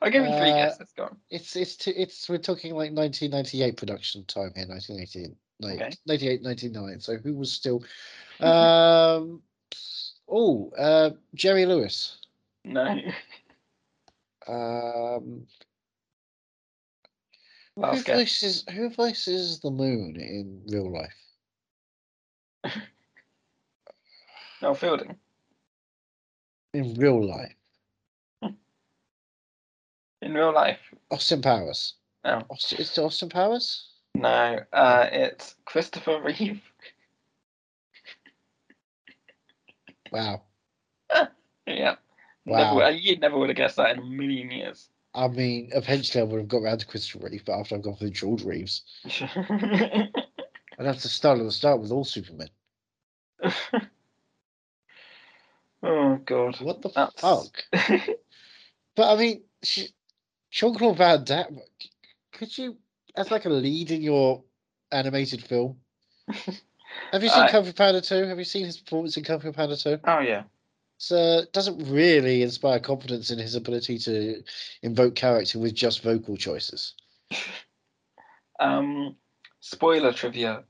S2: I'll give you three
S1: Uh,
S2: guesses. Go on.
S1: It's it's t- it's we're talking like 1998 production time here, 1988, like
S2: Okay. Mm-hmm.
S1: 98, 99. So who was still? Um, oh, uh, Jerry Lewis.
S2: No.
S1: Um, who
S2: Last guess.
S1: voices who voices the moon in real life?
S2: Noel Fielding.
S1: in real life.
S2: In real life,
S1: Austin Powers.
S2: Oh.
S1: Austin, it's Austin Powers.
S2: no, uh, it's Christopher Reeve.
S1: Wow.
S2: Yeah.
S1: Wow.
S2: Never, you never would have guessed that in a million years.
S1: I mean, eventually I would have got round to Christopher Reeve, but after I've gone through George Reeves, I'd have to start at the start with all Superman.
S2: oh god.
S1: What the
S2: That's-
S1: fuck? But I mean, Sean Claude Van Damme, c- could you, as like a lead in your animated film? Have you seen
S2: Uh,
S1: Kung Fu Panda 2? Have you seen his performance in Kung Fu Panda 2?
S2: oh yeah.
S1: So it doesn't really inspire confidence in his ability to invoke character with just vocal choices.
S2: Um, spoiler trivia.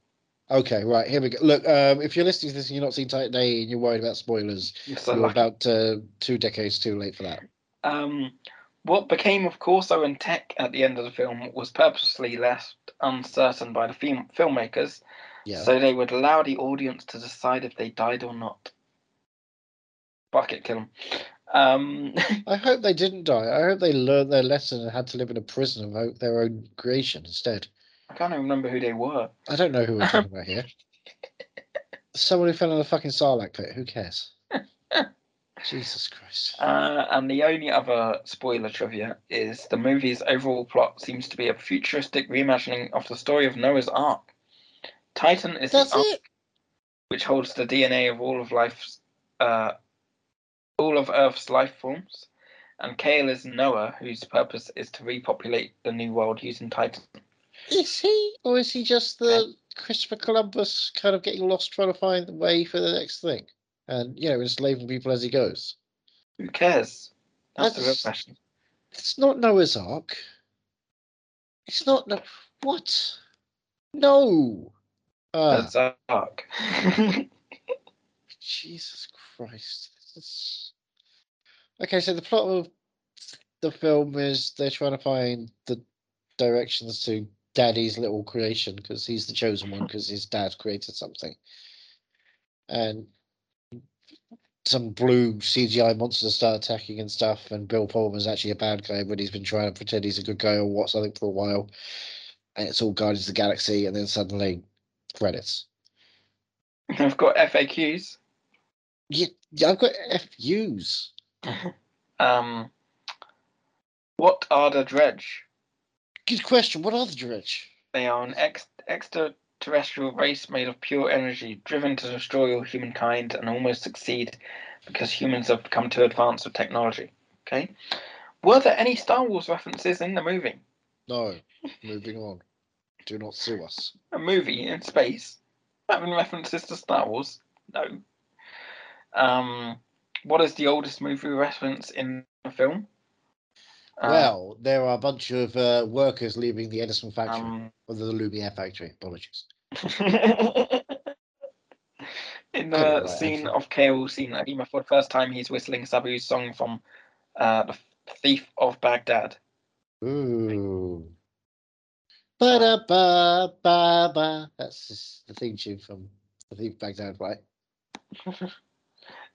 S1: Okay, right, here we go. Look, um, if you're listening to this and you're not seen Titan A and you're worried about spoilers,
S2: You're so
S1: you're
S2: lucky.
S1: about uh, two decades too late for that.
S2: Um, what became of Corso and Tech at the end of the film was purposely left uncertain by the film- filmmakers,
S1: Yeah.
S2: so they would allow the audience to decide if they died or not. Fuck it, kill 'em. Um,
S1: I hope they didn't die. I hope they learned their lesson and had to live in a prison of o- their own creation instead.
S2: I can't even remember who they were.
S1: I don't know who we're talking about here. Someone who fell in the fucking Sarlacc pit. Who cares? Jesus Christ.
S2: Uh, and the only other spoiler trivia is the movie's overall plot seems to be a futuristic reimagining of the story of Noah's Ark. Titan is
S1: That's
S2: the ark
S1: it.
S2: which holds the DNA of all of life's, uh, all of Earth's life forms, and Kale is Noah, whose purpose is to repopulate the new world using Titan.
S1: Is he, or is he just the Christopher Columbus kind of getting lost trying to find the way for the next thing, and you know enslaving people as he goes?
S2: Who cares? That's, the real
S1: That's-
S2: question.
S1: It's not Noah's Ark. It's not no. What? No. Uh,
S2: That's our arc.
S1: Jesus Christ. This is- Okay, so the plot of the film is they're trying to find the directions to Daddy's little creation because he's the chosen one because his dad created something. And some blue CGI monsters start attacking and stuff, and Bill Pullman's actually a bad guy, but he's been trying to pretend he's a good guy or what's something for a while. And it's all Guardians of the Galaxy, and then suddenly credits.
S2: I've got FAQs.
S1: Yeah, yeah, I've got FUs.
S2: Um, what are the dredge?
S1: Good question. What are the dredge?
S2: They are an ex- extraterrestrial race made of pure energy, driven to destroy all humankind and almost succeed because humans have become too advanced with technology. Okay? Were there any Star Wars references in the movie?
S1: No. Moving on. Do not sue us.
S2: A movie in space having references to Star Wars? No. Um, what is the oldest movie reference in the film? Uh,
S1: well, there are a bunch of uh, workers leaving the Edison factory,
S2: um,
S1: or the Lumiere factory. Apologies.
S2: In
S1: Kinda
S2: the
S1: like
S2: scene
S1: Anthony.
S2: of Kale seeing Adima for the first time, he's whistling Sabu's song from uh, The Thief of Baghdad.
S1: Ooh. Ba ba ba ba. That's just the theme tune from the Thief Baghdad, right?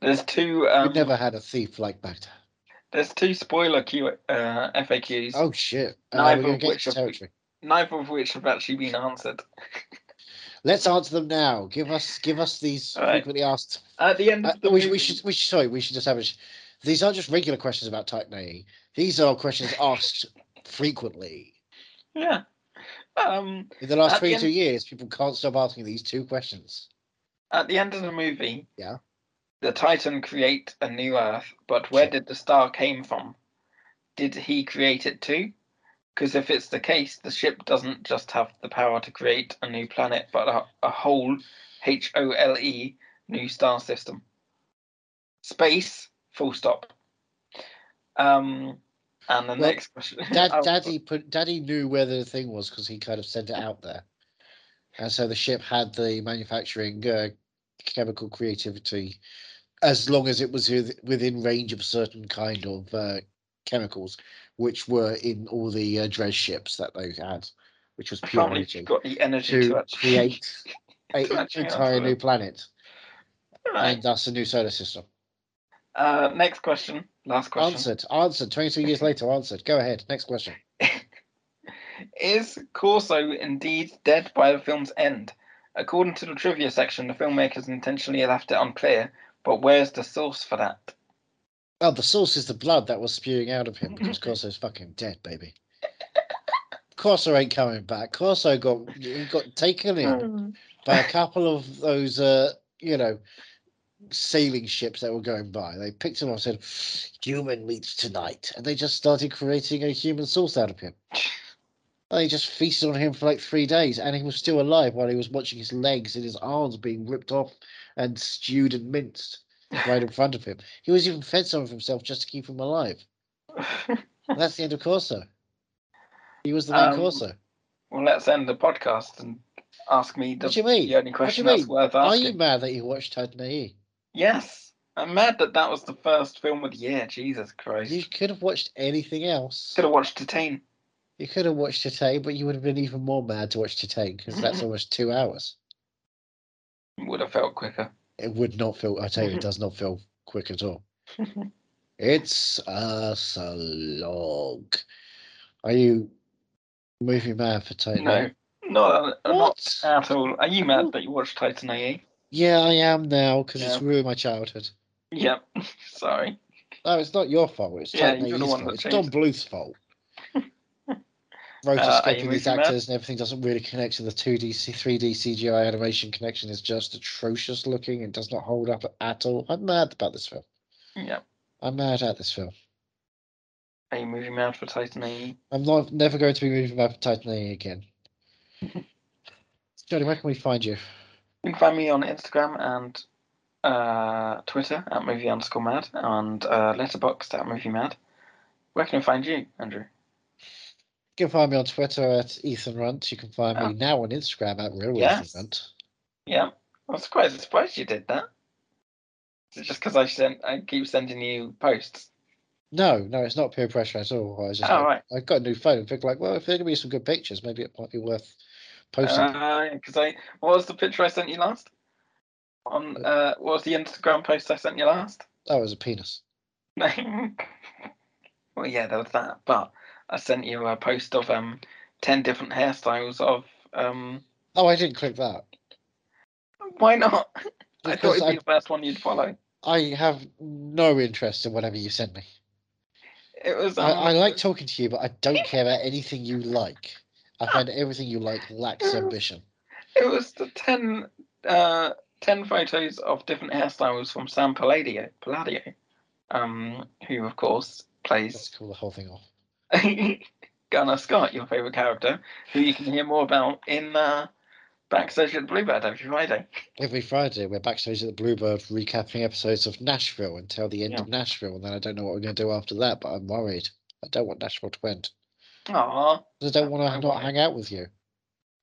S2: There's two.
S1: We
S2: Um,
S1: have never had a thief like Baghdad.
S2: There's two spoiler Q, uh, FAQs,
S1: Oh shit! Uh,
S2: neither
S1: we're gonna
S2: of
S1: get
S2: which
S1: into
S2: have we-
S1: territory.
S2: neither of which have actually been answered.
S1: Let's answer them now. Give us, give us these
S2: All right.
S1: frequently asked
S2: At the end
S1: Uh,
S2: of the
S1: we,
S2: movie,
S1: we should we should, sorry we should establish these aren't just regular questions about Titan A. These are questions asked frequently.
S2: yeah. Um,
S1: In the last
S2: At the
S1: twenty
S2: end-
S1: two years, people can't stop asking these two questions.
S2: at the end of the movie,
S1: Yeah.
S2: the Titan create a new Earth, but where
S1: Sure.
S2: did the star came from? Did he create it too? Because if it's the case, the ship doesn't just have the power to create a new planet, but a, a whole H O L E new star system. Space, full stop. Um, and the
S1: Well,
S2: next question.
S1: Dad,
S2: Oh,
S1: Daddy put Daddy knew where the thing was because he kind of sent it out there, and so the ship had the manufacturing uh, chemical creativity, as long as it was with- within range of certain kind of uh, chemicals, which were in all the uh, dredge ships that they had, which was
S2: I
S1: pure
S2: can't believe
S1: energy.
S2: you've got the energy to,
S1: to
S2: actually
S1: create an
S2: to actually
S1: entire
S2: answer
S1: new
S2: it.
S1: planet.
S2: right.
S1: and that's the new solar system.
S2: Uh, next question. Last question.
S1: Answered, answered. Twenty-two years later, answered. Go ahead. Next question.
S2: Is Corso indeed dead by the film's end? According to the trivia section, the filmmakers intentionally left it unclear, but where's the source for that?
S1: Oh, the source is the blood that was spewing out of him because Corso's fucking dead, baby. Corso ain't coming back. Corso got he got taken in by a couple of those, uh, you know, sailing ships that were going by. They picked him up and said, "Human meats tonight," and they just started creating a human source out of him. And they just feasted on him for like three days, and he was still alive while he was watching his legs and his arms being ripped off and stewed and minced right in front of him. He was even fed some of himself just to keep him alive. And that's the end of Corso. He was the main
S2: Um,
S1: Corso.
S2: well, let's end the podcast and ask me the,
S1: What do you mean?
S2: the
S1: What
S2: only
S1: do you
S2: question that's
S1: mean?
S2: worth
S1: Are
S2: asking.
S1: you mad that you watched Tadnei?
S2: Yes. I'm mad that that was the first film of the year. Jesus Christ.
S1: You could have watched anything else.
S2: Could have watched Detain.
S1: You could have watched Titane, but you would have been even more mad to watch Titane because that's almost two hours.
S2: Would have felt quicker.
S1: It would not feel, I tell you, it does not feel quick at all. It's a slog. Are you movie mad for Titane?
S2: No. Not, not
S1: What?
S2: at all. Are you mad that you watched Titan E? AE?
S1: Yeah, I am now because it's
S2: Yeah.
S1: ruined my childhood.
S2: Yep. Sorry.
S1: No, it's not your fault. It's
S2: Yeah,
S1: Titane
S2: you're the
S1: E's
S2: one
S1: fault.
S2: that
S1: It's Don
S2: changed
S1: Bluth's fault.
S2: Uh, are
S1: Rotoscoping
S2: you
S1: these
S2: movie mad?
S1: actors and everything doesn't really connect to the 2D, C- 3D CGI animation connection is just atrocious looking and does not hold up at all. I'm mad about this film.
S2: Yep.
S1: I'm mad at this film.
S2: Are you movie mad for Titan E? AE?
S1: I'm not never going to be moving back for Titan A again. Johnny, where can we find you?
S2: You can find me on Instagram and uh, Twitter at movie underscore mad and uh, Letterboxd at movie mad. Where can I find you, Andrew?
S1: You can find me on Twitter at Ethan Runt. You can find
S2: Oh.
S1: me now on Instagram at Real
S2: Yes.
S1: Ethan Runt.
S2: Yeah, I was quite surprised you did that. Is it just because I sent, I keep sending you posts?
S1: No, no, it's not peer pressure at all. I was just
S2: Oh,
S1: like,
S2: right.
S1: I got a new phone and think like, well, if there can be some good pictures, maybe it might be worth posting.
S2: Uh, Because I, what was the picture I sent you last? On uh, what was the Instagram post I sent you last?
S1: that was a penis.
S2: well, yeah, there was that. But I sent you a post of um, ten different hairstyles of um.
S1: Oh, I didn't click that.
S2: Why not? I thought
S1: Because
S2: it'd
S1: I,
S2: be the first one you'd follow.
S1: I have no interest in whatever you send me.
S2: It was. Um,
S1: I, I like talking to you, but I don't care about anything you like. I find everything you like lacks ambition.
S2: It was the 10, uh, 10 photos of different hairstyles from Sam Palladio, Palladio um, who, of course,
S1: Let's
S2: plays
S1: call the whole thing off.
S2: Gunnar Scott, your favourite character, who you can hear more about in uh, Backstage at the Bluebird every Friday.
S1: Every Friday, we're backstage at the Bluebird recapping episodes of Nashville until the end of Nashville, and then I don't know what we're going to do after that, but I'm worried. I don't want Nashville to end.
S2: Aww.
S1: I don't want
S2: I'm
S1: to not
S2: worried.
S1: hang out with you.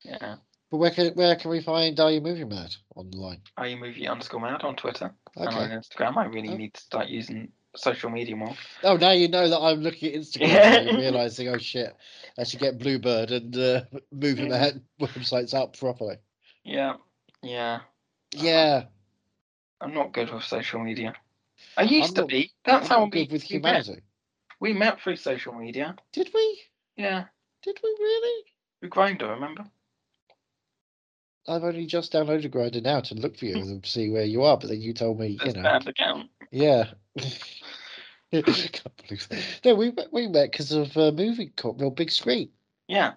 S2: Yeah.
S1: But where can where can we find Are You Movie Mad online?
S2: Are you movie underscore mad on Twitter and on
S1: Okay.
S2: Instagram? I really
S1: Oh.
S2: need to start using social media more.
S1: Oh, now you know that I'm looking at Instagram
S2: Yeah.
S1: and realizing, oh shit, I should get Bluebird and uh, movie mad websites up properly.
S2: Yeah. Yeah. Uh-huh.
S1: Yeah,
S2: I'm not good with social media. I used to
S1: not-
S2: be. That's
S1: I'm
S2: how
S1: not
S2: we,
S1: good with
S2: we met.
S1: humanity.
S2: We met through social media.
S1: Did we?
S2: Yeah,
S1: Did we really?
S2: through Grinder, remember?
S1: I've only just downloaded Grinder now to look for you and see where you are, but then you told me, you
S2: This
S1: know,
S2: bad account.
S1: yeah. I can't believe that. No, we met, we met because of a movie called Real Big Screen.
S2: Yeah,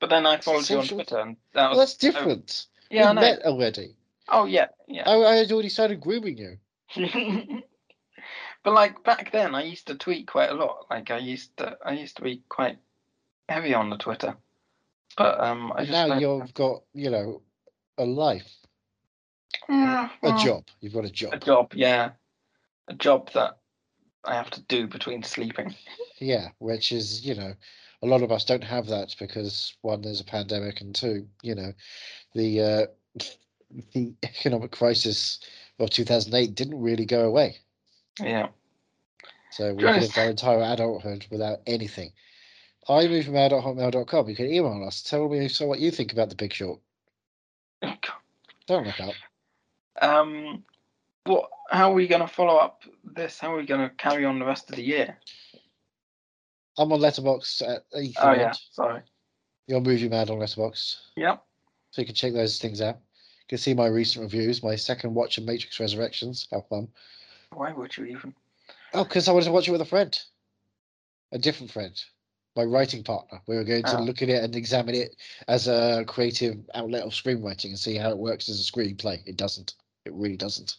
S2: but then I followed you on
S1: Social-
S2: Twitter, and that was
S1: Well, that's different.
S2: yeah, I
S1: we
S2: know.
S1: met already.
S2: Oh yeah, yeah.
S1: I, I had already started grooming you.
S2: but like back then, I used to tweet quite a lot. Like I used to, I used to be quite heavy on the Twitter. But um, I
S1: And
S2: just
S1: now
S2: don't-
S1: you've got, you know, a life,
S2: Yeah,
S1: a
S2: well,
S1: job. You've got a
S2: a
S1: job.
S2: job, yeah, a job that I have to do between sleeping.
S1: Yeah, which is, you know, a lot of us don't have that because one, there's a pandemic, and two, you know, the uh, the economic crisis of 2008 didn't really go away.
S2: Yeah,
S1: So we
S2: Yes.
S1: could have done entire adulthood without anything. I move from hotmail.com. You can email us. Tell me so what you think about the big short. Don't look up.
S2: um, what? How are we going to follow up this? How are we going to carry on the rest of the year?
S1: I'm on Letterbox at Ethan.
S2: Oh yeah, sorry.
S1: You're Movie Mad on Letterbox,
S2: Yep.
S1: so you can check those things out. You can see my recent reviews, my second watch of Matrix Resurrections. How fun!
S2: Why would you even?
S1: Oh, because I wanted to watch it with a friend, a different friend, my writing partner. We were going to
S2: Ah.
S1: look at it and examine it as a creative outlet of screenwriting and see how it works as a screenplay. It doesn't. It really doesn't.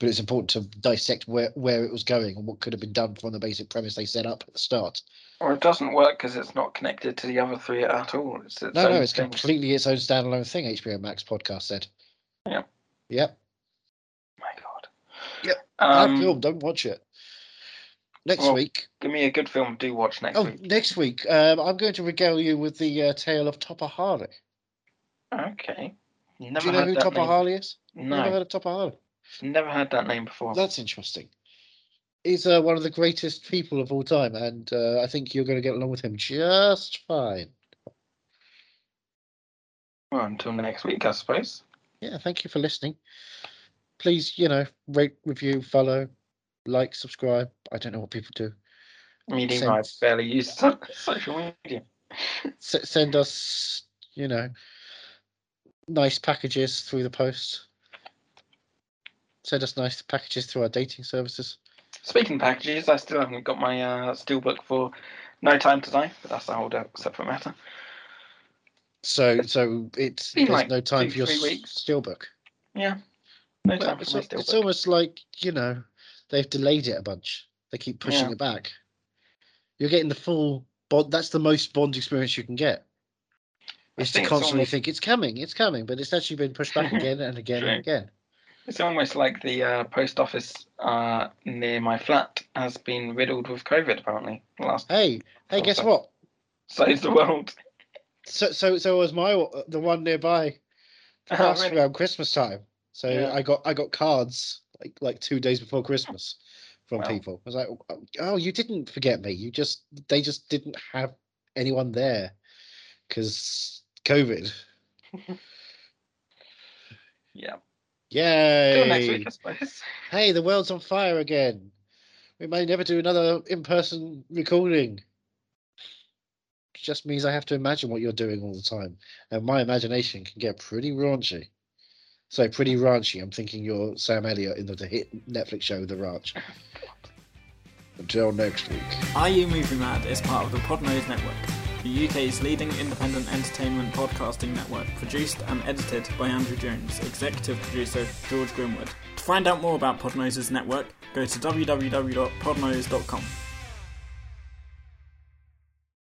S1: But it's important to dissect where, where it was going and what could have been done from the basic premise they set up at the start.
S2: Or it doesn't work because it's not connected to the other three at all. It's its
S1: No,
S2: own
S1: no, it's
S2: thing.
S1: completely its own standalone thing. HBO Max podcast said.
S2: Yeah.
S1: Yep.
S2: My God.
S1: Yep. Bad film.
S2: Um,
S1: Don't watch it. Next
S2: well,
S1: week.
S2: give me a good film. Do watch next
S1: Oh,
S2: week.
S1: next week. Um, I'm going to regale you with the uh, tale of Topper Harley.
S2: Okay. Never
S1: Do you know
S2: heard
S1: who
S2: that
S1: Topper
S2: name.
S1: Harley is? You Never
S2: No, Oh.
S1: heard of Topper Harley?
S2: never heard that name before.
S1: That's interesting. He's uh, one of the greatest people of all time, and uh, I think you're going to get along with him just fine.
S2: Well, until next week, I suppose.
S1: Yeah, thank you for listening. Please, you know, rate, review, follow, like, subscribe. I don't know what people do.
S2: Meaning
S1: Same.
S2: I barely use so- social media.
S1: S- send us, you know, nice packages through the post. Send us nice packages through our dating services.
S2: Speaking of packages, I still haven't got my uh, steelbook for No Time to Die, but that's a whole uh, separate matter.
S1: So, so it's
S2: Been
S1: there's
S2: like
S1: no time
S2: two,
S1: for your
S2: three
S1: s-
S2: weeks.
S1: steelbook.
S2: Yeah, No
S1: Well,
S2: Time
S1: it's,
S2: for My
S1: al- it's
S2: Steelbook.
S1: almost like you know they've delayed it a bunch. They keep pushing
S2: Yeah.
S1: it back. You're getting the full Bond. That's the most Bond experience you can get.
S2: I
S1: Is to
S2: think it's
S1: constantly
S2: almost-
S1: think it's coming, it's coming, but it's actually been pushed back again and again
S2: True.
S1: and again.
S2: It's almost like the uh, post office uh, near my flat has been riddled with COVID, apparently. Last
S1: Hey, hey, guess
S2: Also-
S1: what?
S2: saves
S1: Oh.
S2: the world.
S1: So, so, so was my o- the one nearby passed
S2: Oh, really?
S1: around Christmas time. So
S2: Yeah.
S1: I got I got cards like like two days before Christmas from
S2: Wow.
S1: people. I was like, oh, you didn't forget me. You just they just didn't have anyone there because COVID.
S2: Yeah. Till next
S1: Yay!
S2: week, I suppose.
S1: Hey, the world's on fire again. We may never do another in-person recording. Just means I have to imagine what you're doing all the time, and my imagination can get pretty raunchy. So pretty raunchy. I'm thinking you're Sam Elliott in the, the hit Netflix show The Ranch. Until next week.
S4: IU Movie Mad is part of the Podnose Network, the UK's leading independent entertainment podcasting network, produced and edited by Andrew Jones, executive producer George Grimwood. To find out more about Podnose's network, go to www.podnose.com.